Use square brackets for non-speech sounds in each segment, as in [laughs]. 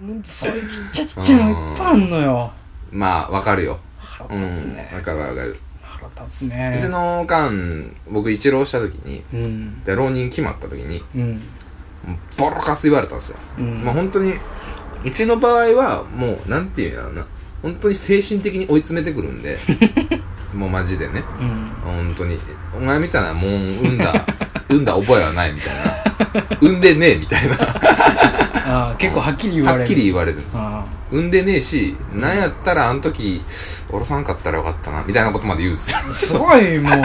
もうそれちっちゃちっちゃいのいっぱいあんのよまあわかるよ腹うん立つね、わかるわかる腹立つねうちのおかん僕一浪した時にうんで浪人決まった時にうんボロカス言われたんですよ、うんまあ本当にうちの場合はもうなんていうんやろな本当に精神的に追い詰めてくる [laughs] んでもうマジでねうん本当にお前みたいなもん産 [laughs] んだ産んだ覚えはないみたいな産んでねえみたいなああ結構はっきり [laughs] 言われるはっきり言われるああ産んでねえしなんやったらあの時おろさんかったらよかったなみたいなことまで言うんですよすごいもう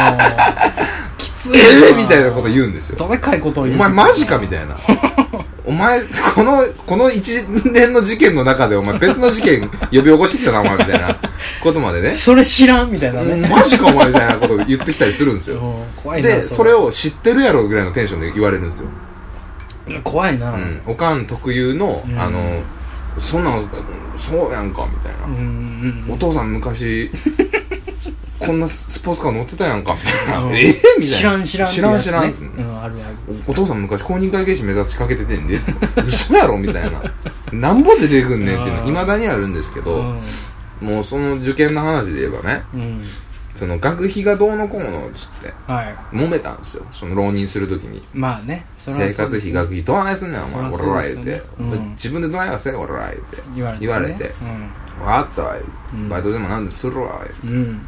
きついなえ [laughs] えみたいなこと言うんですよどでかいことをお言う前マジかみたいな。 [laughs] お前、この、この一連の事件の中で、お前別の事件呼び起こしてきたな、お前みたいなことまでね。それ知らんみたいなねマジかお前みたいなこと言ってきたりするんですよ。うん怖いなで、それを知ってるやろぐらいのテンションで言われるんですよ。怖いなうん。おかん特有のう、んあの、そんなの、こそうやんか、みたいなう。んお父さ [laughs] ん昔こんなスポーツカー乗ってたやんかみたいなええみたいな知らん知らんって知らやんつ知ねらん、うんあるあるおお父さん昔公認会計士目指しかけててんで [laughs] 嘘やろみたいななんぼ出てくんねんっていうのあーいまだにあるんですけど、うんもうその受験の話で言えばねうんその学費がどうのこうのっつってはい揉めたんですよその浪人する時にまあねそれは生そう活です費ね学費どないすんねんお前そオりゃらそらう言うでてす、よねうん自分でどないはせオらら言うて言われてね言われて分かったわうんバイトでもなんでするわうんうん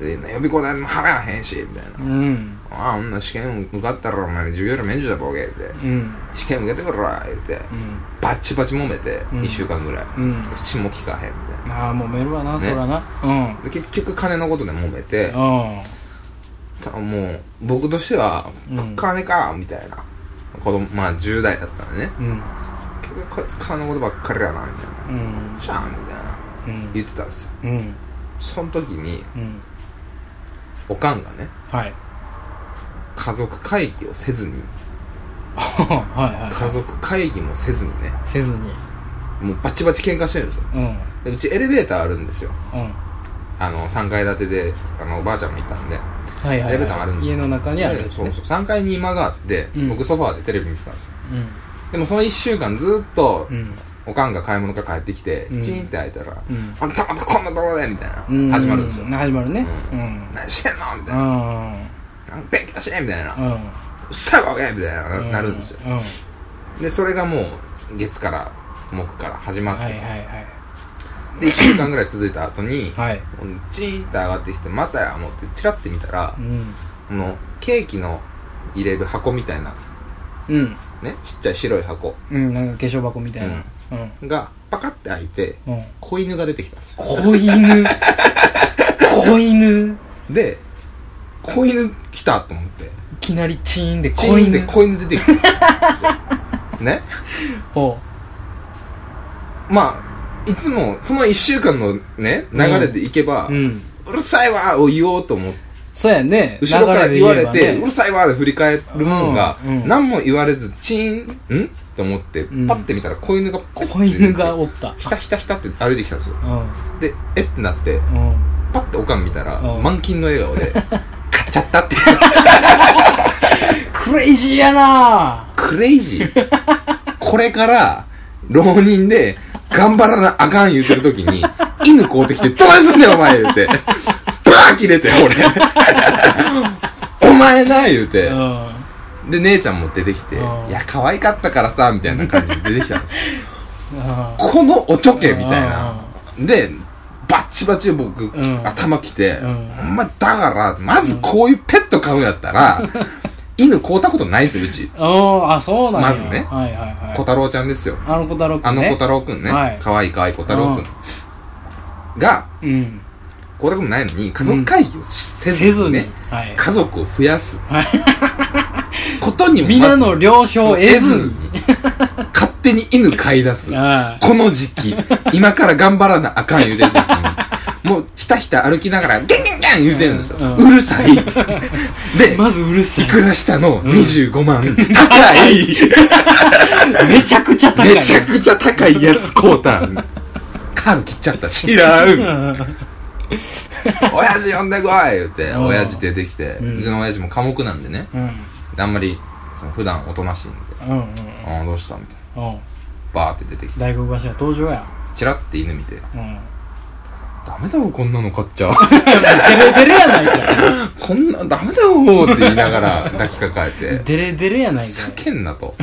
で予備校代も払わへんしみたいなうんああ、女試験受かったらお前授業料免除だボケって。うん試験受けてこら言って、うんバッチバチ揉めて、うん1週間ぐらい。うん口も聞かへんみたいああもうメールはなそねれはなな。で、結局金のことで揉めて、うたもう、僕としてはうん、金か、みたいな。子供、まあ10代だったらね。んうん結局こいつ金のことばっかりやな、みたいな。うんじゃあ、みたいな。うん言ってたんですよ。うんその時に、うんおかんがね、はい [laughs] 家族会議をせずに、はいはい家族会議もせずにね、せずにもうバチバチ喧嘩してるんですよ。うんうんでうちエレベーターあるんですよ。はあの3階建てであのおばあちゃんもいたんでいはいはいエレベーターがあるんですよ家の中にあるんですそねうそう3階に今があって、うん僕ソファーでテレビ見てたんですようんでもその1週間ずっと、うんおかんが買い物から帰ってきて、うんチーンって開いたら「うんあんたまたこんなとこで」みたいな、うん始まるんですよ始まるねううんん「何してんの?」みたういな「んなん勉強して」みたいうな「うんっさいわけ」みたいな、うなるんですようんでそれがもう月から木から始まっはていさ、はいで1週間ぐらい続いた後に、はいはいチーンって上がってきて「またや」思ってチラッて見たらう、んこのケーキの入れる箱みたいなうんね、ちっちゃい白い箱うんなんか化粧箱みたいなうんがパカって開いてうん子犬が出てきたんですよ子犬子犬で子犬来たと思っていきなりチーンでチ子ーンって犬子犬出てきたんですよねほまあいつもその1週間のね流れでいけば、うううんるさいわーを言おうと思ってそうやね後ろから言われ流て、でう言るさいわーで振り返るもんが、うんうん何も言われずチーンんと思ってうんパッて見たら子犬がポえばッ子て出てきて犬がおったひたひたひたって歩いてきたんですようんでえってなってうんパッておかん見たら、うん満金の笑 [laughs] 顔で、買っちゃったっていう。クレイジーやなクレイジー。これから、浪人で、頑張らなあかん言うてる時に、犬買うてきて、どうすんねんお前言うて。バー切れて、俺。お前な言うてう。んで、姉ちゃんも出てきて、いうんや、可愛かったからさ、みたいな感じで出てきたの。うんこのおちょけみたいなあ。で、バッチバチ僕、ん頭きて、うおん前だから、まずこういうペット飼うんやっ [laughs] たら、犬飼うたことないんですよ、うち。うんあそうなんやまずねはいはいは小い太郎ちゃんですよ。あの小太郎くあんのね小太郎くんねはい。可愛い可愛い小太郎くん。が、うん小太郎くんないのに、家族会議をせせずずににね、はい家族を増や [laughs] すは。ことにもま皆ずの了承を得ずに、 [laughs] 勝手に犬飼い出す。あこの時期、今から頑張らなあかん言うてる時に、もうひたひた歩きながら、ギャンギャンギャン言うてるんですよ。うんうるさ [laughs] い。で、あまずうるさいいくらしたの25万。高いめちゃくちゃ高いめちゃくちゃ高いやつ買うたん。カード切っちゃった。知らん。親父呼んでこい言うて、うん親父出てきて、んうちの親父も寡黙なんでね、うんうんあんまり、その普段おとなしいんで、うんうんああ、どうしたみたいな。バーって出てきて大黒柱登場やチラッて犬見てうんダメだろこんなの買っちゃデレデレやないかい [laughs] こんなダメだろって言いながら抱きかかえてデレデレやふないかざいけんなと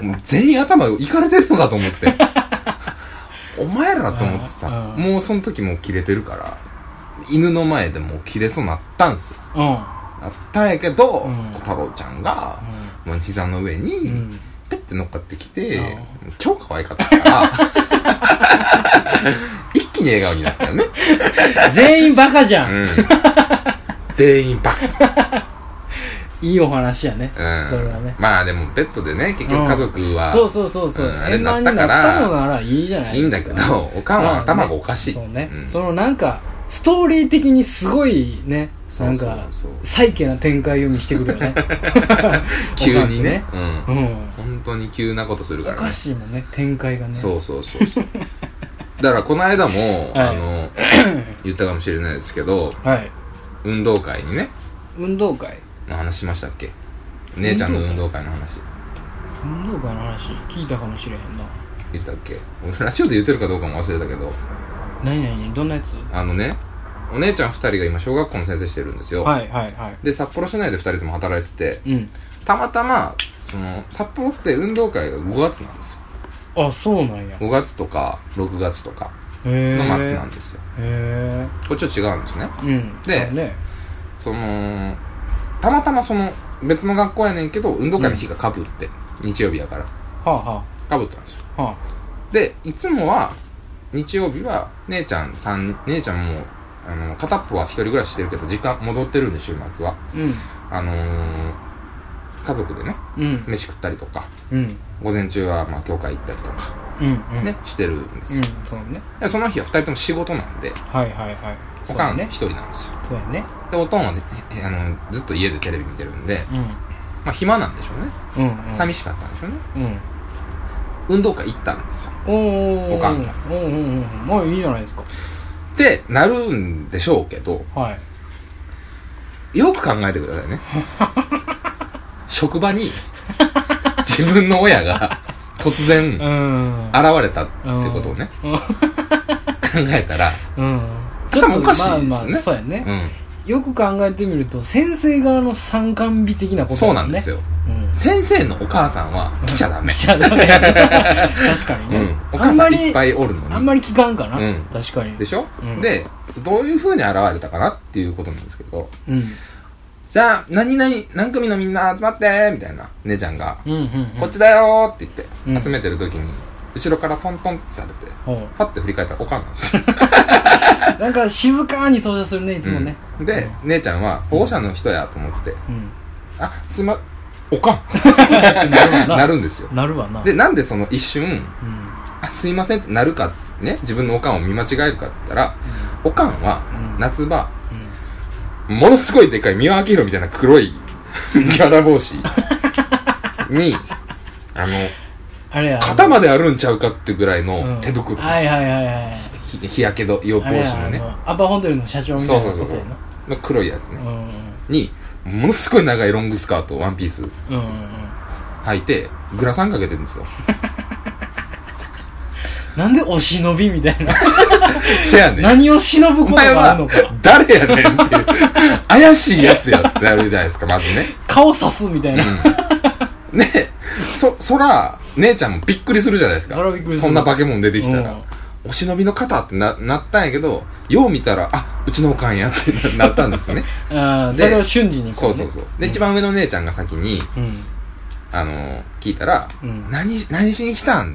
もう全員頭いかれてるのかと思って [laughs] お前らと思ってさうんもうその時もうキレてるから犬の前でもうキレそうになったんすようんなったんやけど、うん小太郎ちゃんが、もう膝の上に、うんペッて乗っかってきて、ああ超可愛かったから、 [laughs] 一気に笑顔になったよね。全員バカじゃん、うん。 [laughs] 全員バッ。いいお話やね、うん。それはねまあでもベッドでね、結局家族は、そうそうそうそう、うんあれ円満にななっったからたのならいいじゃないいいんでだすけかど、おかんは頭がおかしい。そうね、うんそのなんかストーリー的にすごいねなんそうかそうそうサイケな展開を見してくるよね [laughs] 急にね。うおかん。んってねうん本当に急なことするおからねか。しいもんね展開がねそうそうそうそう。だからこの間も、 [laughs] はいあの、 [coughs] 言ったかもしれないですけど、はい運動会にね、運動会の話しましたっけ姉ちゃんの運動会の話。運動会の話聞いたかもしれへんな言ったっけ俺ラジオで言ってるかどうかも忘れたけど何何何どんなやつあのねお姉ちゃん2人が今小学校の先生してるんですよ、はいはいはで札幌市内で2人とも働いてていうんたまたまその札幌って運動会が5月なんですよあそうなんやへ5月とか6月とかえの末なへんですよ、えこっちは違うんですねうんでそうねそのたまたまその別の学校やねんけど運動会の日がかぶって、日曜日やからはあはかぶったんですよあはでいつもは日曜日は姉ちゃんさん姉ちゃんもあの片っぽは一人暮らししてるけど時間戻ってるんで週末はあうんあのー、家族でねうん飯食ったりとかうん午前中はまあ教会行ったりとかうんうんね、してるんですうよん、そうねでその日は二人とも仕事なんではいはいはいおそうかんやねね一人なんですよそうやねでおとんはねえあのずっと家でテレビ見てるんでうまあ暇なんでしょうねんうんうん寂しかったんでしょうねうん運動会行ったんですよおーおかんがおーおーおーもういいじゃないですかってなるんでしょうけどはいよく考えてくだ [laughs] さいね職場に自分の親が突然う現んれたってことをねうん考えたらうんち頭おかしいですねまあまあそうやねうんよく考えてみると先生側の参観美的なことそうだもねなんですよ。うん先生のお母さんは来ちゃダメ。じゃあダメやね確かにうねん。おあ母んさまんいっりぱいおるのに。あんまり聞かんかなうん確かにでしょ、うんで、どういう風に現れたかなっていうことなんですけど、うんじゃあ、何々、何組のみんな集まってみたいな、姉ちゃんが、うんうんうんこっちだよーって言うっんて、集めてる時に、後ろからトントンってされて、ほうパッて振り返ったらおかんなんで [laughs] すよ。なんか静かに登場するねいつもねうんで、姉ちゃんは保護者の人やと思って、うんあ、すま、おかんなるわ [laughs] ななるんですよ。なるわなで、なんでその一瞬、うんあ、すいませんってなるか、ね、自分のおかんを見間違えるかって言ったら、おかんはう、ん夏場、うんものすごいでかい、三輪明宏みたいな黒い、ギャラ帽子 [laughs] に、あの、あれや肩まであるんちゃうかってぐらいうのん手袋。はいはいはいはいひ日焼けど予防あれや止のあね、のアパホテルの社長みたいなことやなの黒いやつうね。んに、ものすごい長いロングスカート、ワンピースうんうんうん履いて、グラサンかけてるんですよ。 [laughs] なんでお忍びみたいなせやねん。何を忍ぶおこと前があはるのか、誰やねんっていう。怪しいやつやってなるじゃないですか、まずね。顔さすみたいな [laughs] うんねそ、そら、姉ちゃんもびっくりするじゃないですか。そらびっくりするんな化け物出てきたら。うんお忍びの方ってな、なったんやけど、よう見たら、あ、うちのおかんやってななったんですよね。あーでそれを瞬時にこそううねそうそう。で、一番上の姉ちゃんが先に、うんあのー聞いたら、うん何し、何しに来たんっ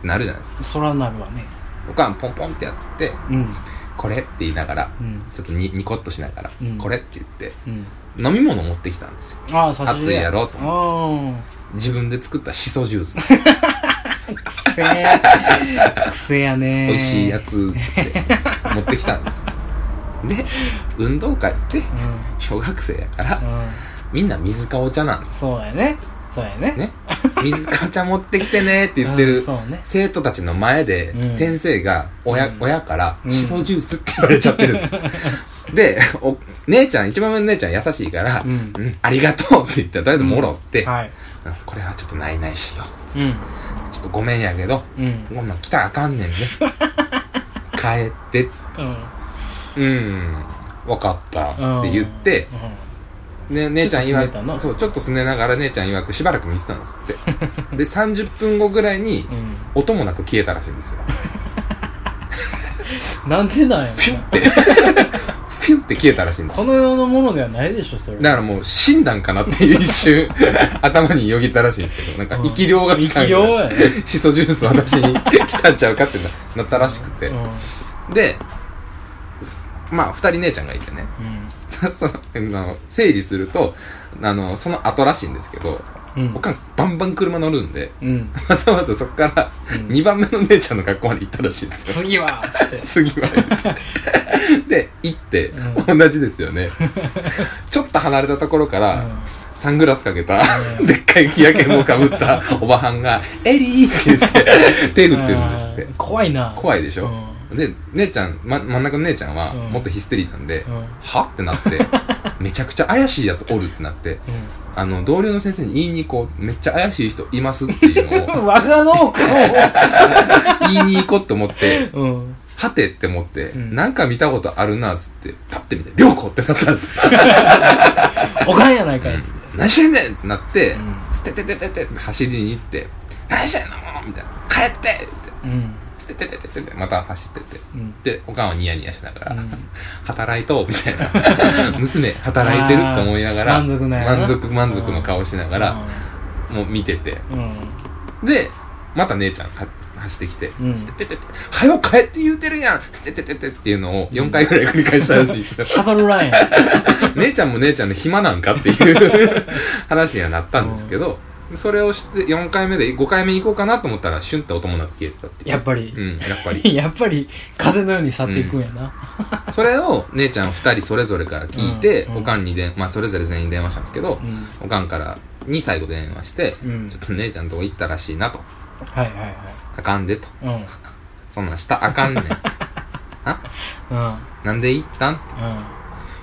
てなるじゃないですか。そらなるわねおかんポンポンってやってて、うんこれって言いながら、うんちょっとに、ニコッとしながら、うんこれって言って、うん飲み物持ってきたんですよ。ああ差し熱入いれやろと思っあて自分で作ったシソジュース。あくせ [laughs] えくせやね美味しいやつっつって持ってきたんですで運動会ってうん小学生やからうんみんな水かお茶なんですそうやねそうやねね水かお茶持ってきてねって言ってうるんそうね生徒たちの前でうん先生が親,、うん親からうんシソジュースって言われちゃってるん [laughs] ですよでお姉ちゃん一番上の姉ちゃん優しいから「ううんん、ありがとう」って言ってとりあえずもろって、はいうんこれはちょっとないないしよううんちょっとごめんやけど、うんこんなん来たらあかんね [laughs] んね。帰ってっつっうんて、うん、わかったって言って、ね、姉ちゃんちょっと拗ねた曰なく、そう、ちょっとすねながら姉ちゃん曰くしばらく見てたんです [laughs] って。で、30分後ぐらいにう、ん、音もなく消えたらしいんですよ。うん、なんでなんやピろュンなって、 [laughs] ピュンって消えたらしいんですこの世のものではないでしょそれだからもう死んだんかなっていう一瞬、 [laughs] 頭によぎったらしいんですけど、なんかうん生き量が来たん生き量やね [laughs] シソジュース私に来たんちゃうかってななったらしくてう。んうんで、まあ、二人姉ちゃんがいてね。 [laughs] そその整理すると、あの、その後らしいんですけど、うんおかんバンバン車乗るんで、うんわざわざそこからうん2番目の姉ちゃんの学校まで行ったらしいですよ。次はっつって次は [laughs] で行って、う同じです [laughs] よねちょっと離れたところから、うんサングラスかけた、うんでっかい日焼けもかぶ [laughs] ったおばはんが「エリー!」って言って手振ってるんですってあー怖いな怖いでしょ、で姉ちゃん、ま、真ん中の姉ちゃんはうんもっとヒステリーなんで「うんうんは?」ってなって [laughs] めちゃくちゃ怪しいやつおるってなってあの同僚の先生に言いに行こうめっちゃ怪しい人いますっていうのを我が農家言いに行こうと思ってをうんはてって思って、んなんか見たことあるなっつって、パッて見て、りょうこってなったんです。おかんやないかいっつっ何してんねんってなってうん、捨てててててって走りに行って、何してんのみたいな。帰ってって、てうん捨てててててて、また走ってって。うんで、おかんはニヤニヤしながら、うん働いとうみたいな。 [laughs] 娘、働いてるって思いながら、あー満足なんやな満足、満足の顔しながら、もう見てて。うんうんで、また姉ちゃんは走ってきて、うん捨てててて、はよ帰って言うてるやん捨ててててっていうのを4回ぐらい繰り返したらしいです [laughs] よシャトルラインや [laughs] 姉ちゃんも姉ちゃんで暇なんかっていう話にはなったんですけど、それをして4回目で5回目行こうかなと思ったらシュンって音もなく消えてたっていうやっぱりうんやっぱり [laughs] やっぱり風のように去っていくんやなそれを姉ちゃん2人それぞれから聞いて、うんうんおかんにで、まあ、それぞれ全員電話したんですけどう、んおかんからに最後電話して、うんちょっと姉ちゃんのとこ行ったらしいなとはいはいあかんでとはいそんなんしたらあ [laughs] かんねんうんうんなんで行ったん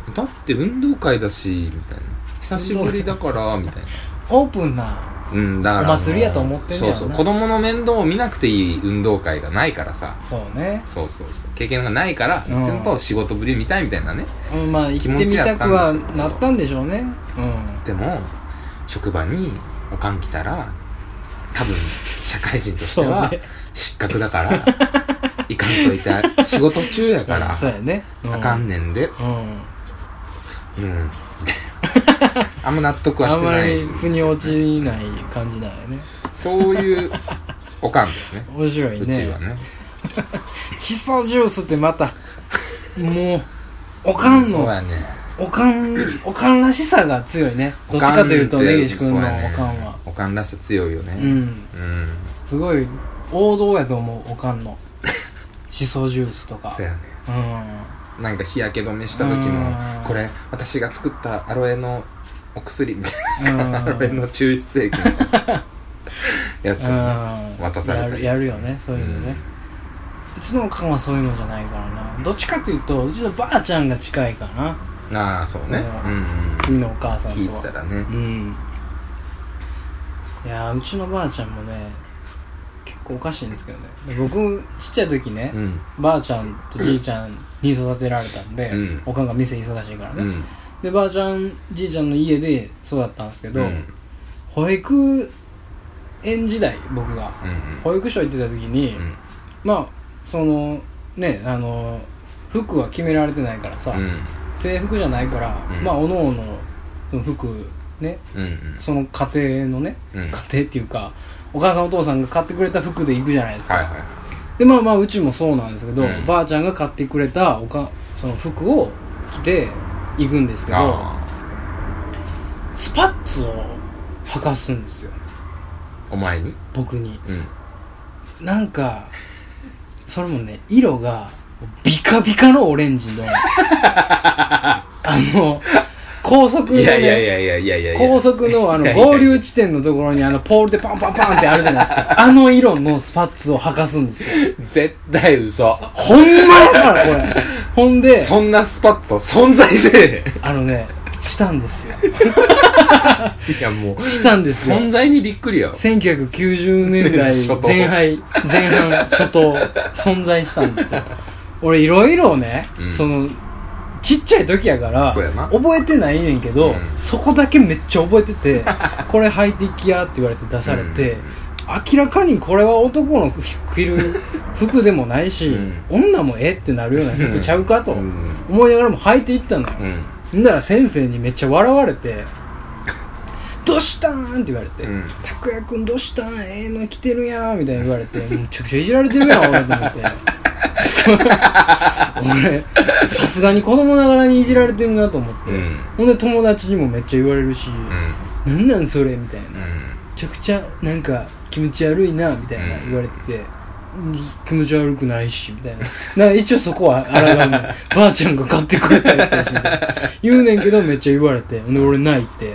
うんだって運動会だしみたいな久しぶりだからみたいなオープンなうん、だからお祭りやと思ってんねやろそうなそう子供の面倒を見なくていい運動会がないからさそうねそうそうそう経験がないから、うんってのと仕事ぶりみたいみたいなねうんまあ行ってみたくはなったんでしょうねうんでも職場におかん来たら多分社会人としてはそうね失格だ [laughs] から、行かんといて仕事中やから、そうやねうあかんねんでうんうん [laughs] あんま納得はあしんてまないり腑に落ちない感じだよねそういうおかんで [laughs] すね面白いうちはねねシソジュースってまたもうおかんそうのやねおかんおかんらしさが強いねどっちかというと根岸君のおかんはおかんらしさ強いよねうんうんすごい王道やと思うおかん [laughs] のしそジュースとかそうやねうなんか日焼け止めした時うもんこれ私が作ったアロエのお薬みたいんうんな [laughs] アロエの抽出液みたい [laughs] なやつをねうん渡されたりやるやるよねそういうのね、うちのおかんはそういうのじゃないからなどっちかというとうちのばあちゃんが近いかなああそうねううんん君のお母さんうんと聞いはてたらねうんいやーうちのばあちゃんもね結構おかしいんですけどねで僕ちっちゃい時ね、うんばあちゃんとじいちゃんに育てられたんで、うんおかんが店忙しいからね、うんでばあちゃんじいちゃんの家で育ったんですけど、うん保育園時代僕がうん保育所行ってた時に、うんまあそのねあの服は決められてないからさ、うん制服じゃないから、うんまあおのおのの服ねうんその家庭のね、うん家庭っていうかお母さんお父さんが買ってくれた服で行くじゃないですか、はいはいでまあまあうちもそうなんですけど、うんばあちゃんが買ってくれたおかその服を着て行くんですけどあスパッツを履かすんですよあお前に僕にうんなんかそれもね色がビカビカのオレンジのあの高速のいやいやいねやいやいやいやいや高速のあいのやいやいや合流地点のところにあのポールでパンパンパンってあるじゃないですかあの色のスパッツを履かすんですよ絶対嘘ほんまやからこれほんでそんなスパッツは存在せえへんあのねしたんですよ [laughs] いやもうしたんですよ存在にびっくりよ1990年代 [laughs] 初頭前半前半初頭存在したんですよ俺いろいろね、うんそのちっちゃい時やからそうやな覚えてないねんけど、うんそこだけめっちゃ覚えてて [laughs] これ履いていきやって言われて出されて、うん明らかにこれは男の着る服でもないし、うん女もえってなるような服ちゃうかとうん思いながらも履いていったのよ、うんんだら先生にめっちゃ笑われて「どうしたん?」って言われてうん「拓哉君どうしたんええの着てるやん」みたいに言われてめちゃくちゃいじられてるやん俺と思って [laughs] 俺さすがに子供ながらにいじられてるなと思って、うんほんで友達にもめっちゃ言われるし「うんなんなんそれ」みたいなうめんちゃくちゃなんか気持ち悪いなみたいな言われてて。気持ち悪くないしみたいなな一応そこはあらがうの [laughs] ばあちゃんが買ってくれたやつやしみたいな言うねんけどめっちゃ言われてほんで俺ないって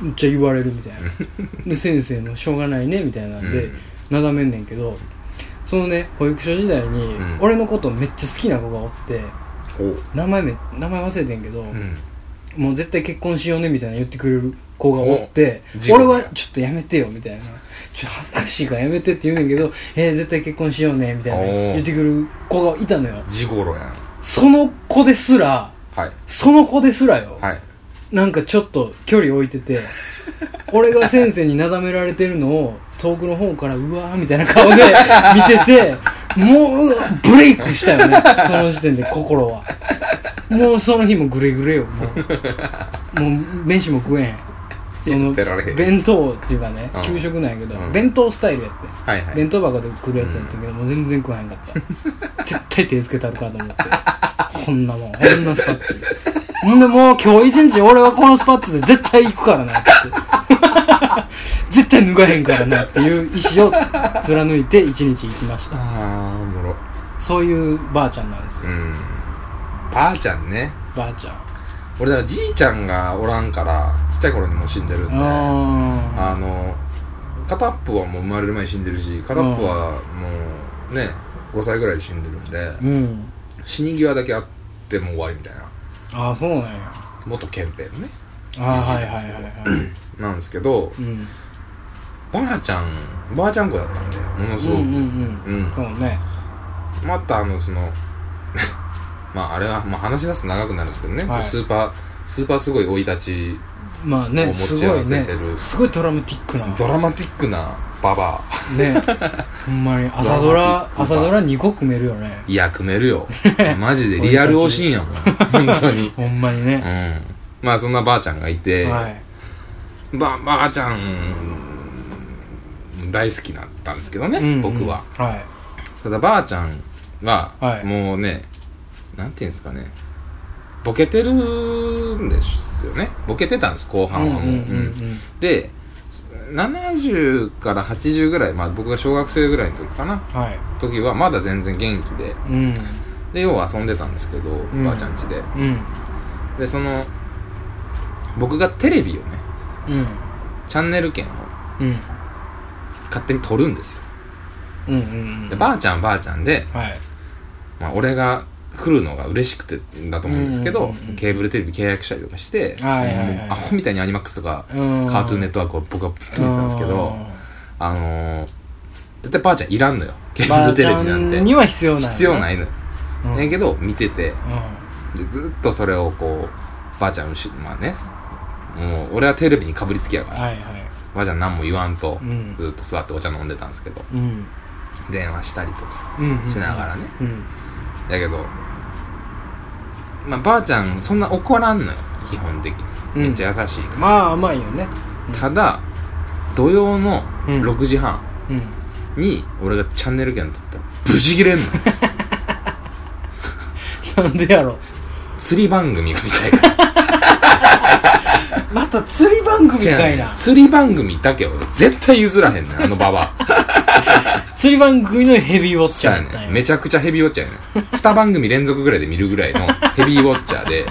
うんめっちゃ言われるみたい [laughs] なで先生もしょうがないねみたいなんで、うんなだめんねんけどそのね保育所時代にうん俺のことめっちゃ好きな子がおってほう名前め名前忘れてんけど、うんもう絶対結婚しようねみたいな言ってくれる子がおってお自分俺はちょっとやめてよみたいなちょっと恥ずかしいからやめてって言うねんけどえー絶対結婚しようねみたいなおー言ってくる子がいたのよジゴロやんその子ですらはいその子ですらよ、はいなんかちょっと距離置いてて俺が先生になだめられてるのを遠くの方からうわーみたいな顔で [laughs] 見ててもううわブレイクしたよねその時点で心はもうその日もグレグレよもうもう飯も食えへんそ言のってられへん弁当っていうかねうん給食なんやけど、うん弁当スタイルやってはいはい弁当箱で来るやつやったけど、もう全然食わへんかった [laughs] 絶対手つけたるかと思ってこんなもんこんなスパッツほんでもう今日一日俺はこのスパッツで絶対行くからなって [laughs] 絶対脱がへんからなっていう意思を貫いて一日行きましたああおもろそういうばあちゃんなんですうよんばあちゃんねばあちゃん俺だからじいちゃんがおらんからちっちゃい頃にもう死んでるんでああの片っぽはもう生まれる前に死んでるし片っぽはもうね5歳ぐらいで死んでるんでーうん死に際だけあってもう終わりみたいなああそうなんや元憲兵のねああはいはいはいはいなんですけどうんばあちゃんばあちゃん子だったんでものすうごんく、うんううんんそうねまたあのその [laughs] まああれは、まあ、話し出すと長くなるんですけどね、はいスーパースーパーすごい生い立ちまあもねう持すち合ごわいせねてるすごいドラマティックなドラマティックなババ [laughs] ねほんまに朝ドラ朝ドラ2個組めるよねアいや組め [laughs] るよマジでリアルおしんやもん本当にほんまにうね、んまあそんなばあちゃんがいて、はいばばあちゃん大好きだったんですけどね、うんうん僕ははいただばあちゃんは、はいもうねなんていうんですかねボケてるんですよねボケてたんです後半はもう,、うんうんうんうんうんで70から80ぐらい、まあ、僕が小学生ぐらいの時かなはい時はまだ全然元気でうんでよう遊んでたんですけど、んばあちゃん家でうんでその僕がテレビをねうんチャンネル権をうん勝手に取るんですようんうんでばあちゃんはばあちゃんで、はいまあ、俺が来るのが嬉しくてだと思うんですけうど、んうんうんケーブルテレビ契約したりとかして、はいはいはいもうアホみたいにアニマックスとか、うんカートゥーンネットワークを僕はずっと見てたんですけどあのー、絶対ばあちゃんいらんのよ [laughs] ケケーブルテレビなんてには必要ない必要ないいのよ、うんねんけど見ててうでずっとそれをこうばあちゃんのしまあねもう俺はテレビにかぶりつきやかんら、はいはいばあちゃん何も言わんと、うんずっと座ってお茶飲んでたんですけどうん電話したりとかうんうんしながらね、うんだけど、まあ、ばあちゃんそんな怒らんのよ基本的うにんめっちゃ優しいから、まあ甘いよねただ土曜のうん6時半うんに俺がチャンネル権取ったらブチ切れ [laughs] んのなんでやろ釣り番組が見た [laughs] いからまた釣り番組せやかねいんな釣り番組だけは絶対譲らへんねんあの [laughs] ババア釣り番組のヘビーウォッせチャやーみたねいんなめちゃくちゃヘビーウォッチャーやねん2番組連続ぐらいで見るぐらいのヘビーウォッチャーで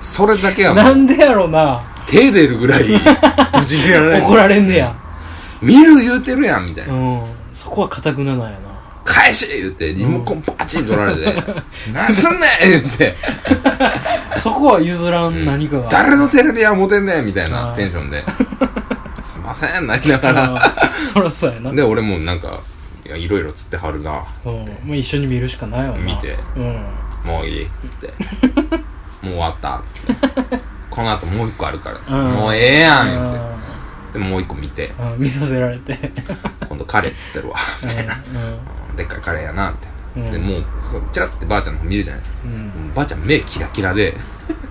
それだけはなもうんでやろな手出るぐらいブチ切れら [laughs] れ怒るられんねや見る言うてるやんみたいなうんそこはかたくななんやな固返し言って、リモコンパチン取られて、なんすんねん言って、そこは譲らん何かが、誰のテレビは持てんねんみたいあなーテンションで、すいません、なりながら。あーそりゃそうやなで、俺もなんか、いや、いろいろつってはるな。うんまあ、一緒に見るしかないわな見てうんもういいっつって。もう終わったっつって。この後もう一個あるから、んもうええやん言って。あで、もう一個見て、ーうん見させられて今度カレーっつってるわ。でっかいカレーやな、みたいうな。んうんで、もう、そうチラってばあちゃんの方見るじゃないですか。うんもうばあちゃん目キラキラで、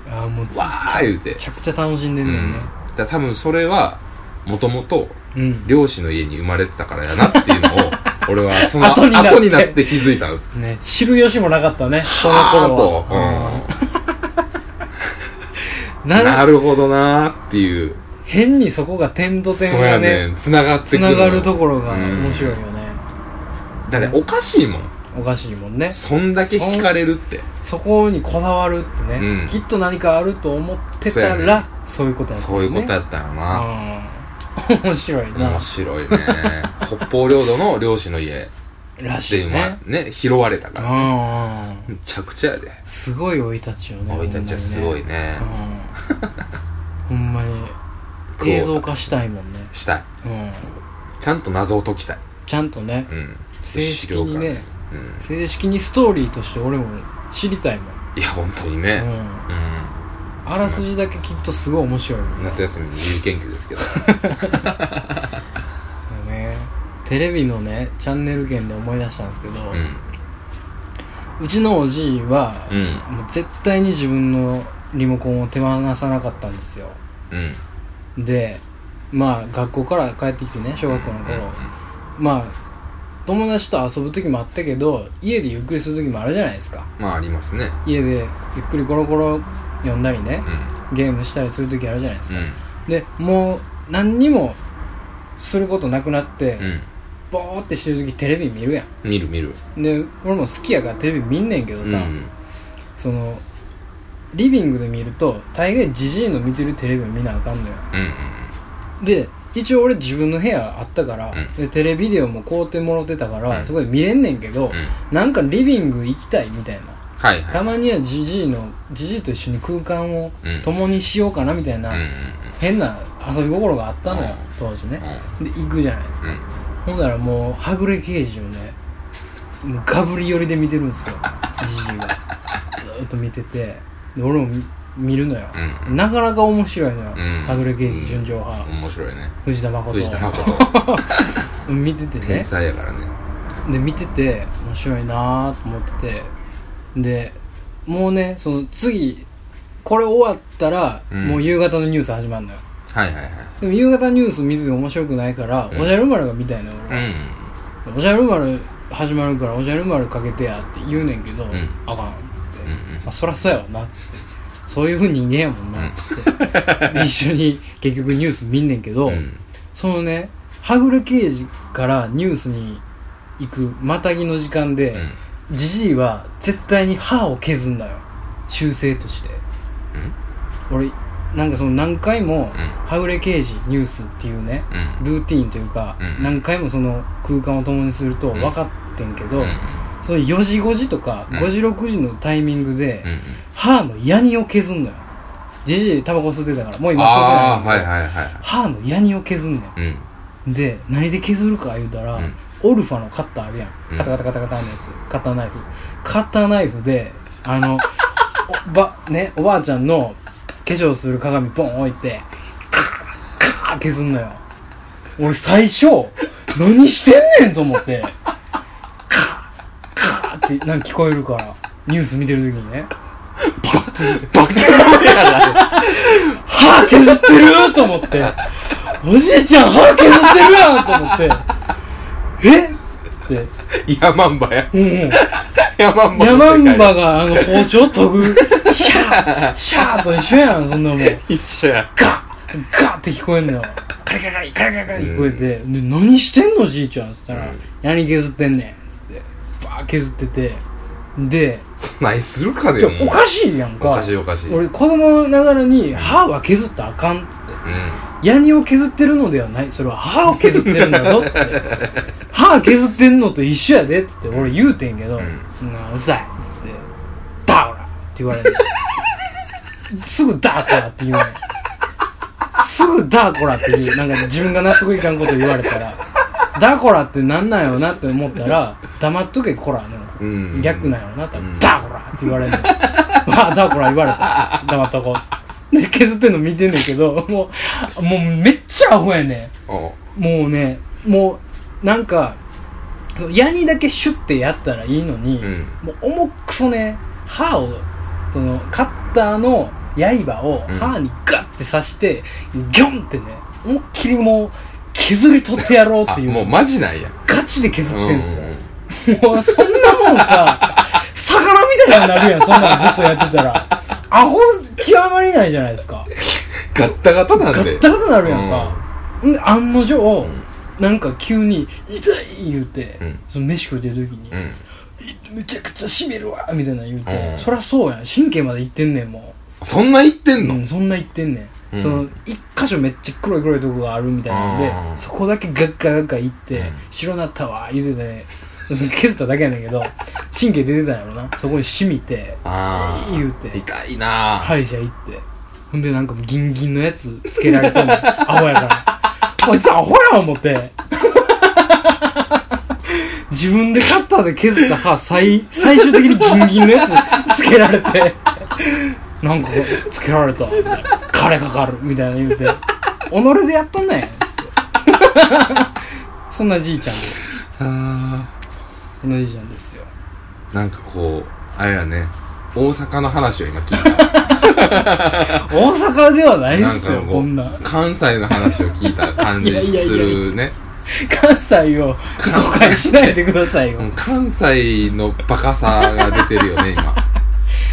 あーもうめわー言うて。ちゃくちゃ楽しんでんうだよん。ねだから多分それは、もともと、うん漁師の家に生まれてたからやなっていう [laughs] のを、俺はその後後になってになって気づいたんです。ね知る由もなかったねその頃ははーと、うんう、なんなるほどなーっていう。変にそこが点と点そうがやねねん。繋がっつてくるのなよ。がるところがうん面白いよねだっておかしいもん。おかしいもんねそんだけ惹かれるって。そこにこだわるってね、うんきっと何かあると思ってそうたやらねそう,、いうことやったそういうことやったよな。うん [laughs] 面白いな面白 [laughs] いね。北方領土の漁師の家らっしていいうのはねね、拾われたうから。んうんめちゃくちゃやで。すごい生い立ちよね生い立ちはすごいね。ほんまにねうんほんまにクオーター映像化したいもんね、したい。うん、ちゃんと謎を解きたい。ちゃんとねうん。正式にね資料館。正式にストーリーとして俺も知りたいもん、うん。いや、本当にうね。ん、うん。あらすじだけきっとすごい面白いもんね夏休み自由研究ですけど。ねテレビのねチャンネル権で思い出したんですけど、う。うんちのおじいは、うん。もう絶対に自分のリモコンを手放さなかったんですようん。でまあ学校から帰ってきてね小学校の頃、まあ友達と遊ぶ時もあったけど家でゆっくりする時もあるじゃないですかまあ、ありますね。家でゆっくりコロコロ読んだりねう、ん。ゲームしたりする時あるじゃないですか、うん。でもう何にもすることなくなって、うん。ボーってしてる時テレビ見るや見る見る。んで俺も好きやからテレビ見んねんけどうさ、ん。そのリビングで見ると大概ジジイの見てるテレビを見なあかんのようん。で一応俺自分の部屋あったから、うんでテレビデオも買うてもろてたから、うんそこで見れんねんけど、うん。うん。なんかリビング行きたいみたいなはいはい。たまにはジジイのジジイと一緒に空間をうん共にしようかなみたいな、うん。うん変な遊び心があったのよ、うん当時ね、うで行くじゃないですかん。うん。ほんならもうはぐれ刑事をねもうガブリ寄りで見てるんですよジジイがずーっと見ててで俺も見見るのよ、うんなかなか面白いのよ、うんはぐれ刑事純情派、面白いね。藤田誠藤田 [laughs] 誠。見てて天ね才やからね。で見てて面白いなーと思っててでもうねその次これ終わったら、うんもう夕方のニュース始まるのよはいはいはい。でも夕方ニュース見てて面白くないから、うんおじゃる丸が見たいのよ俺は、うおじゃる丸始まるからおじゃる丸かけてやって言うねんけど、あんかんっつって、ん。うん。まあ、そらそうやわなっつってそういうふうに人間やもんなっつって、で [laughs] 一緒に結局ニュース見んねんけど、うん。そのねはぐれ刑事からニュースに行くまたぎの時間で、うん。ジジイは絶対に歯を削んだよ修正として俺なんかその何回も「はぐれ刑事ニュース」っていうねうん。うん。ルーティーンというか、うん何回もその空間を共にするとん分かってんけど、うん。その4時5時とかうん5時6時のタイミングで、うん。歯のヤニを削んのよジジイタバコ吸ってたからもう今吸ってないあんあ、だはけいどはいはい。歯のヤニを削んのようん。で何で削るか言うたら、うんオルファのカッターあるやんうんカタカタカタカタのやつカッターナイフカッターナイフであのおばねおばあちゃんの化粧する鏡ボン置いてカーカー削んのよ俺最初何してんねんと思ってカーカーってなんか聞こえるからニュース見てる時にねバカ野郎やな歯削ってると思っておじいちゃん歯削ってるやんと思ってえっつってヤマンバや。うんヤマンバヤの世マ界。ンバがあの包丁研ぐ、シャー、シャーと一緒やん、そんなもん。一緒や。ガッ、ガッって聞こえんのよ。カリカリカリ、カリカリカリ聞こえて、で、何してんのじいちゃんっつったら、うん何削ってんねんっつって、バー削ってて、で、そんなんするかねでもおかししいやんおか。かしいおかしい。うん。俺、子供ながらに、歯は削ったらあかんっつって。ヤニを削ってるのではないそれは歯を削ってるんだぞっつって歯歯削ってんのと一緒やでっつって俺言うてんけど「うん、なうるさい」っつって「ダーオラ!」って言われるすぐ「ダーコラ!」って言うねんすぐ「ダーコラ!」って言うなんか自分が納得いかんこと言われたら「ダーコラ!」ってなんなんやろなって思ったら「黙っとけコラ!」の、うん略なんやろなってう「んダーコラ!」って言われるの [laughs] わあダーコラ言われた黙っとこうっつってで削ってんの見てんねんけどもうもうめっちゃアホやねんおうもうねもうなんかそのヤニだけシュッてやったらいいのに、うんもう重くそね歯をそのカッターの刃をうん歯にガッて刺して、ギョンってね思いっきりもう削り取ってやろうっあていうもうマジなんやガチで削ってんすうんうんうんよ、もうそんなもんさ魚みたいになるやんそんなんずっとやってたらアホ極まりないじゃないですかガッタガタなんガでッタガタなるやんか、ほんで案の定、なんか急に「痛い!」言うて、うんその飯食うてる時にうんう「んめちゃくちゃしめるわ!」みたいなの言うて、うんそりゃそうやん神経までいってんねんもそんな言ってんう、の、うん、そんな言ってんねん、うんその一箇所めっちゃ黒い黒いとこがあるみたいなんで、うんそこだけガッガガッガいって、うん白なったわ言うてね削っただけやねんけど神経出てたんやろなそこに染みてああ言うて痛いなあ歯医者行ってほんでなんかギンギンのやつつけられ [laughs] たのアホやからおいさアホや思って自分でカッターで削った歯最最終的にギンギンのやつつけられてなんかつけられたみたいな金かかるみたいな言うて己でやっとん [laughs] ねんつってそんなじいちゃんですあそんなじいちゃんですよーなんかこうあれやね大阪の話を今聞い大阪では [laughs] ないでたなんすかよこうこんな関西の話を聞いた感いじやいやいやいすやるね関西を誤解しないでくださいようん関西のバカさが出てるよね今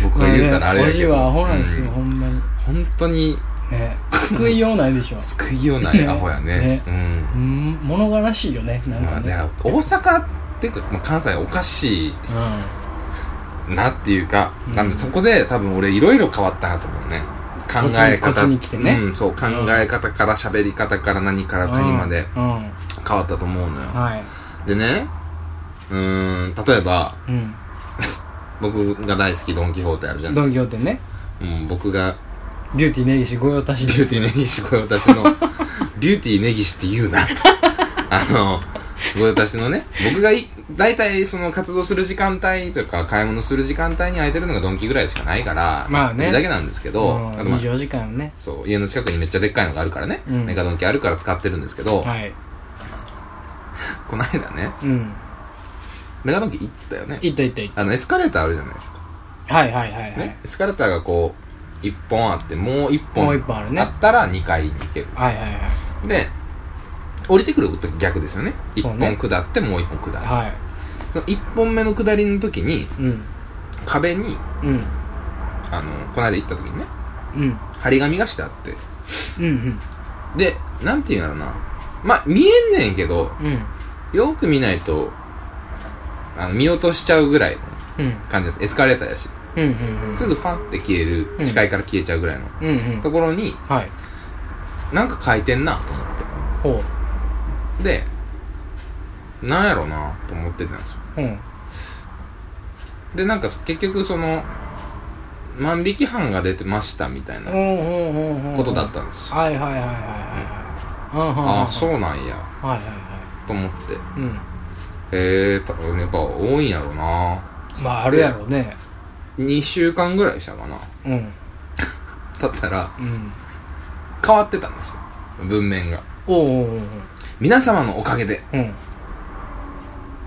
僕が言うたら [laughs] あれやけど、まあねおじはアホなんですよ、うんほんまに本当にね救いようないでしょ救いようないアホやねねうんうん物悲しいよねなんまかあねね、大阪っていうか、まあ、関西おかしいなっていうか、うんなんでそこで多分俺いろいろ変わったなと思うね考えこっちにこっち方に来てねうん、そう考え方から喋り方から何かうらんかにまでうん、変わったと思うのよはいでねうーん例えばうん僕が大好きドン・キホーテあるじゃん、ドン・キホーテねうん、僕がビューティー根岸御用達ビューティー根岸御用 [laughs] 達の、ビューティー根岸って言うな。あの、御用達のね、僕がい、大体その活動する時間帯というか、買い物する時間帯に空いてるのがドンキぐらいしかないから、まあね行ってるだけなんですけど、あとうんまあ、 24時間ねそう、家の近くにめっちゃでっかいのがあるからね、うんメガドンキあるから使ってるんですけど、はいこの間ね、うんメガドンキ行ったよね。いったいったいっあの、エスカレーターあるじゃないですか。たはいはいはいはい、ね、エスカレーターがこう、一本あって、もう一本もう一本あるねったら2階に行ける。はいはいはいで降りてくると逆ですよね一そう本ね下ってもう一本下る、はその一本目の下りの時にいうん壁にうんあのこの間行った時にねうん張り紙がしてあってうんでなんていうんやろなまあ見えんねんけどうんうんよく見ないとあの見落としちゃうぐらいのうん感じですエスカレーターやしうんうんうんすぐファンって消えるうん視界から消えちゃうぐらいのうんうんところにはいなんか書いてんなと思ほっうてでなんやろなと思ってたんですようんでなんかそ結局その万引き犯が出てましたみたいほうなほうほうほうことだったんですよ、はいはいはいはいはいはいはいあはあいそうなんやはいはいはと思っていうんええー、多分やっぱ多いんやろなまああるやろうね2週間ぐらいしたかなうんうんだったら変わってたんですよ文面がおうおうおう皆様のおかげでおううん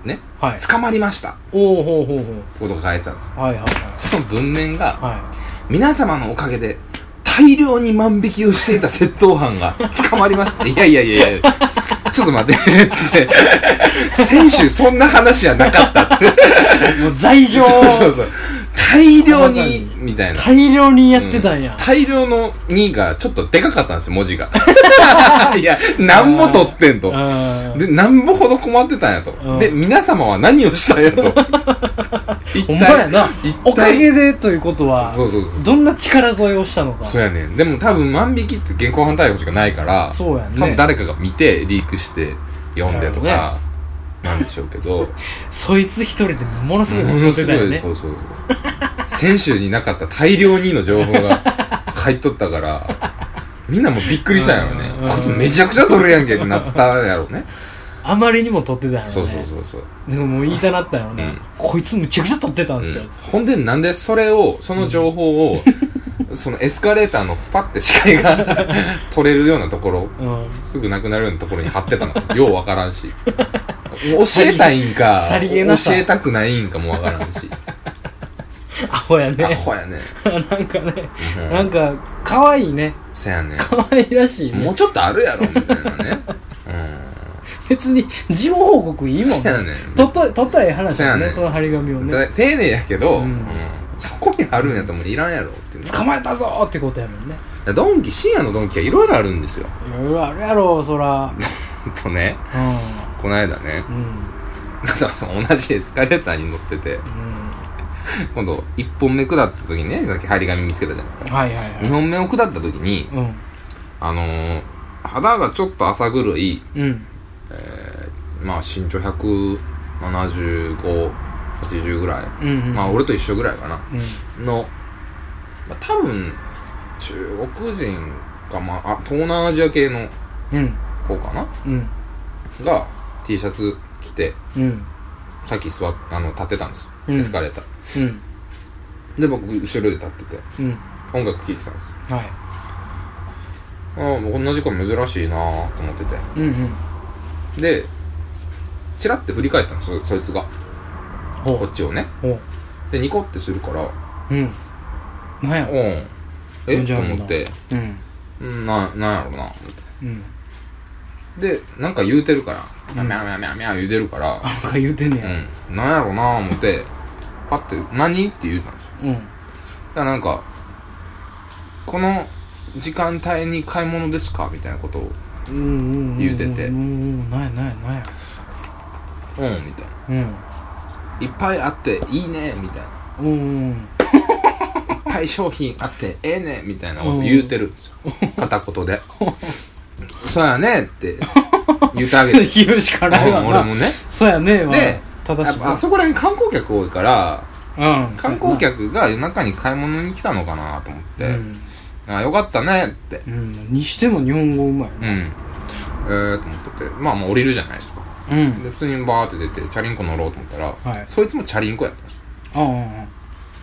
ねはい捕まりましたっおおほうほうほてことが書いてたんですうはいはいよその文面がはいはい皆様のおかげで大量に万引きをしていた窃盗犯が捕まりました。いやいやいやいや、ちょっと待って、つって。先週そんな話はなかったって。もう罪状 [laughs] そうそうそう。大量まさにに、みたいな。大量にやってたんやう大量の2がちょっとでかかったんですよ、文 [laughs] 字が。いや、なんぼ取ってんと。うんで、なんぼほど困ってたんやとう。んで、皆様は何をしたんやと。[laughs] 一体ほんまやな一体おかげでということはそうそうそう。どんな力添えをしたのかそうやねん。でも多分万引きって現行犯逮捕しかないから、そうやね多分誰かが見て、リークして、読んでとなるか、なんでしょう [laughs] けどそいつ一人でものすごいもことの出てすたごよいねそうそうそう先週になかった大量にの情報が入っとったからみんなもびっくりしたんやろうんねこいつめちゃくちゃ取るやんけってなったやろうねあまりにも撮ってたよねそうそうそうそうでももう言いたなったよね、うんこいつむちゃくちゃ撮ってたんですよ、うんつってほんでなんでそれをその情報を、そのエスカレーターのパッて視界が [laughs] 取れるようなところうんすぐなくなるようなところに貼ってたの [laughs] ようわからんし教えたいんかさりげなさ教えたくないんかもわからんしアホやアねホやね [laughs] なんかね、うんなんか可愛いねせやね可愛らしいねもうちょっとあるやろみたいなね別に事後報告いいうんもんせやねね撮った撮ったらええ話だよねせやねんその張り紙をねだ丁寧やけど、うんうんそこに貼るんやったらもういらんやろっていうね捕まえたぞーってことやもんねドンキ深夜のドンキはいろいろあるんですよいろいろあるやろそら [laughs] ほんとねうこの間ねんうんなんかその同じエスカレーターに乗っててうん今度1本目下った時にねさっき張り紙見つけたじゃないですかはいはいは2い本目を下った時にうんあのー、肌がちょっと浅黒いうんまあ身長17580ぐらい、うんうんまあ俺と一緒ぐらいかなうんの、まあ、多分中国人かまああ東南アジア系のうん子かなうんが T シャツ着てうんさっき座っあの立ってたんですよ、うんエスカレーターうんで僕後ろで立っててうん音楽聴いてたんですはああもう同じ子珍しいなぁと思ってていうんうんでチラッて振り返ったんですよそいつがほこうっちをねほでニコってするからううんなんやうんえじゃとあもう思ってうんうんななんやろうなうんでなんか言うてるから「んミャミャミャミャ」言うてるからなんか言うてんねやうん、なんやろうなぁ思って、パッて、何って言うたんですよ。うんだからなんか、この時間帯に買い物ですかみたいなことを、うんうんうん言うててうんうんなんやなんやなんやうん、みたいうんな。いっぱいあっていいね、みたいな。うんうんいっぱい商品あってええね、みたいなこと言うてるんですよ。片 [laughs] 言で。そうやねって言ってあげて。言うしか [laughs] ないわうんな俺もね。そうやねえわで正やしっくぱあそこら辺観光客多いから、うん観光客が夜中に買い物に来たのかなと思っそうやなて、あよかったねってうんうんにしても日本語うまいうんな。えー、と思ってて、まあまあ降りるじゃないですか。うんで、普通にバーって出て、チャリンコ乗ろうと思ったら、はいそいつもチャリンコやったんですああよ。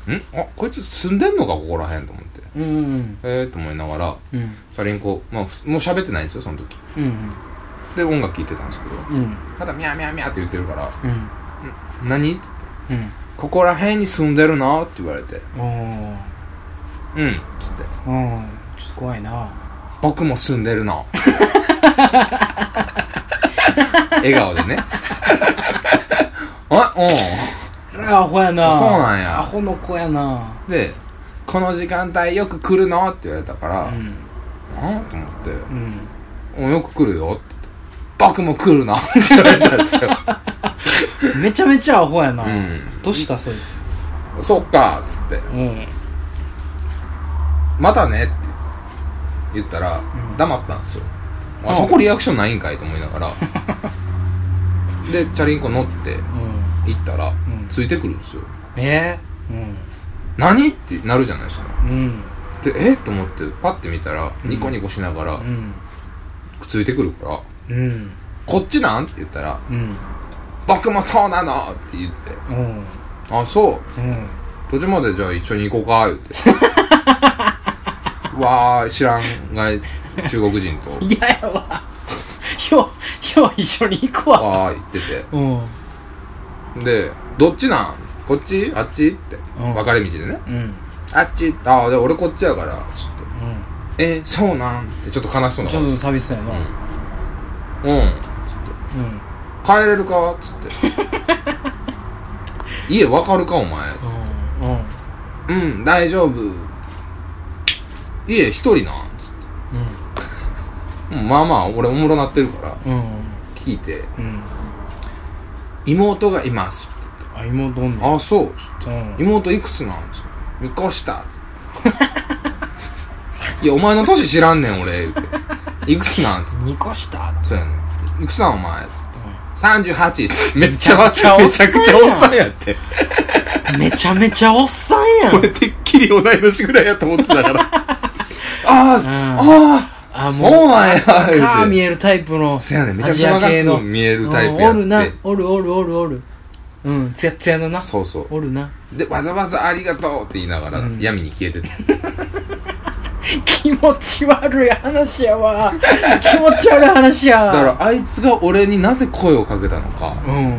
んあ、こいつ住んでんのか、ここら辺と思って。うんうんえー、と思いながら、うんチャリンコ、まあ、ふもう喋ってないんですよ、その時。うんで、音楽聴いてたんですけど、うんうんまたミャーミャーミャーって言ってるから、うん何ってうんここら辺に住んでるなって言われて、あうん、つって、あうんちょっと怖いな僕も住んでるな笑顔でね。あ、うあん。らアホやなそうなんやアホの子やなで「この時間帯よく来るの?」って言われたからう「うんん?」と思ってうん「うんよく来るよ」って言って「僕も来るな」って言われたんですよめちゃめちゃアホやなうどうしたそいつん「そっか」っつってうん「またね」って言ったら黙ったんですよ、うあんそこリアクションないんかいと思いながらでチャリンコ乗ってうん行ったら、んついてくるんですよええ「何?」ってなるじゃないですかうんうんでえっと思ってパッて見たらニコニコしながら、うんついてくるからうん「こっちなん?」って言ったら「うん僕もそうなの!」って言ってうんあ、そうう。ん途中までじゃあ一緒に行こうか、言 [laughs] って。うわー、知らんがい、中国人と、 [laughs] 嫌やわようよう一緒に行くわわー言ってうんて。で、どっちなんこっちあっちって。うん分かれ道でね。うんあっちあー、で俺こっちやから、ちょっうと。え、そうなんってちょっと悲しそうなんち顔。うょん。っと寂しそうやなうん。うん帰れるかつ [laughs] って。家わかるかお前。うんうんうん、大丈夫。家一人なんつってまあまあ、俺おもろなってるから、うんうん聞いて。うん妹がいますってあ妹おんのあそううん妹いくつなんですか2個 [laughs] 下いやお前の年知らんねん俺言うていくつなんつって2個下そうやねんいくつなんお前38つめっちゃめちちゃおっゃさんやんくちゃおっさんやってめちゃめちゃおっさんやん俺てっきり同い年ぐらいやと思ってたから [laughs] あー、あああそうなんやか言うて見えるタイプのせやねめちゃくアちジゃア系長のく見えるタイプうんおるやなっておるおるおるおるうんツヤツヤのなそうそうおるなでわざわざありがとうって言いながらうん闇に消えてった、気持ち悪い話やわ気持ち悪い話やだからあいつが俺になぜ声をかけたのかうん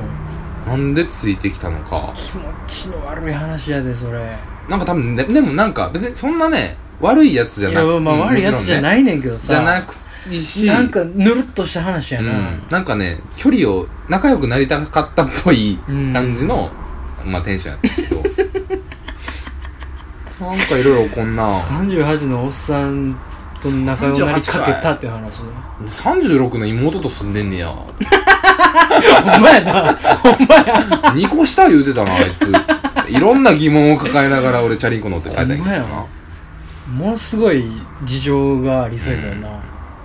なんでついてきたのか気持ちの悪い話やでそれなんか多分ねでもなんか別にそんなね悪いやつじゃいなやくまあ悪いやつじゃい、ないねんけどさじゃなくいいしなんかぬるっとした話やう、なんなんかね距離を仲良くなりたかったっぽいうん感じの、まあテンションやったけ [laughs] どなんかいろいろこんな38のおっさんと仲良くなりかけたっていう話36の妹と住んでんねやほんまやなほんまや2個下言うてたなあいついろんな疑問を抱えながら俺チャリンコ乗って帰ったんやけどほんまなやものすごい事情がありそうやけどな、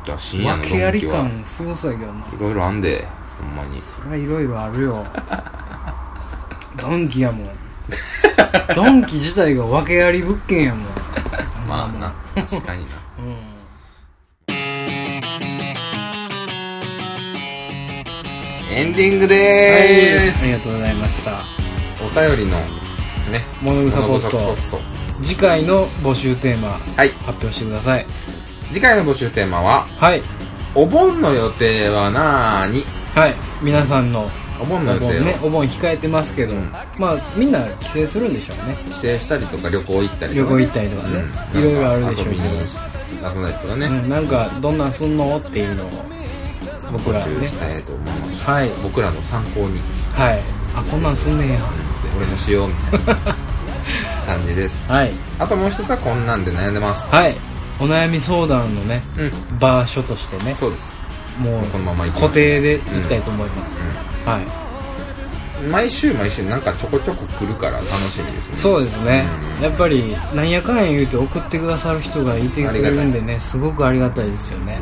じゃあ深夜のドン訳ありキは感すごそうやけどないろいろあんでほんまにそれはいろいろある [laughs] よドンキやもんドンキ自体が訳あり物件やもんまあな確かになうんエンディングはいでーあす、りがとうございましたお便りのね物草ポスト物草ポ次回の募集テーマはい発表してください次回の募集テーマははいお盆の予定はなーにはい皆さんのお盆おの盆予定を、ねお盆控えてますけど、うんまあみんな帰省するんでしょうね帰省したりとか旅行行ったりとか、旅行行ったりとかねいろいろあるでしょう遊けびどに遊んだりとかね、うん、なんかどんなんすんのっていうのを僕ら募集ねしたいと思います、はい僕らの参考にはいあこんなんすんねや俺もしようみたい [laughs] な感じですはいあともう一つはこんなんで悩んでますはいお悩み相談のねうん場所としてねそうですもうこのまま行きます固定で行きたいと思います、はい毎週毎週なんかちょこちょこ来るから楽しみですねそうですねうんやっぱりなんやかんや言うて送ってくださる人がいてくれるんでねすごくありがたいですよね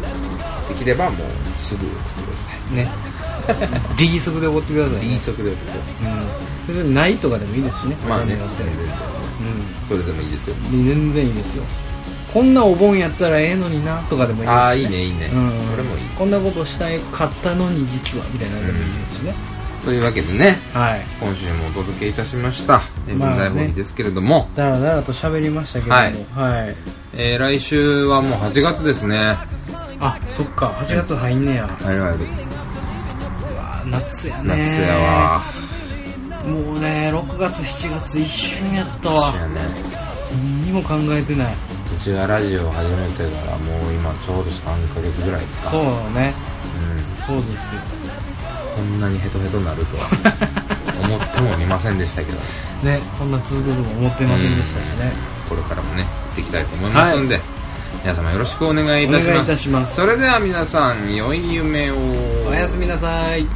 できればもうすぐ送ってくださねリー速で送ってくださいいね臨速で送ってくださうん別にないとかでもいいですしねいまあねお金があってそれでもいいですようん全然いいですよこんなお盆やったらええのになとかでもいいですああいいねいいね、うんそれもいいこんなことしたい買ったのに実はみたいなのでもいいですしね、というわけでねはい今週もお届けいたしました文まあね在本ですけれども、だらだらと喋りましたけどもはい、えー来週はもう8月ですねあそっか8月入んねや、はいはいあ夏やね夏やわもうね6月7月一瞬やったそうわやね何にも考えてないうちがラジオを始めてからもう今ちょうど3ヶ月ぐらいですかそうう、ん、だねそうですよこんなにヘトヘトになると [laughs] は思ってもみませんでしたけどねこんな続くとも思ってませんでしたよねこれからもね行っていきたいと思いますんで、皆様よろしくお願いいたしますお願いいたしますそれでは皆さん良い夢をおやすみなさい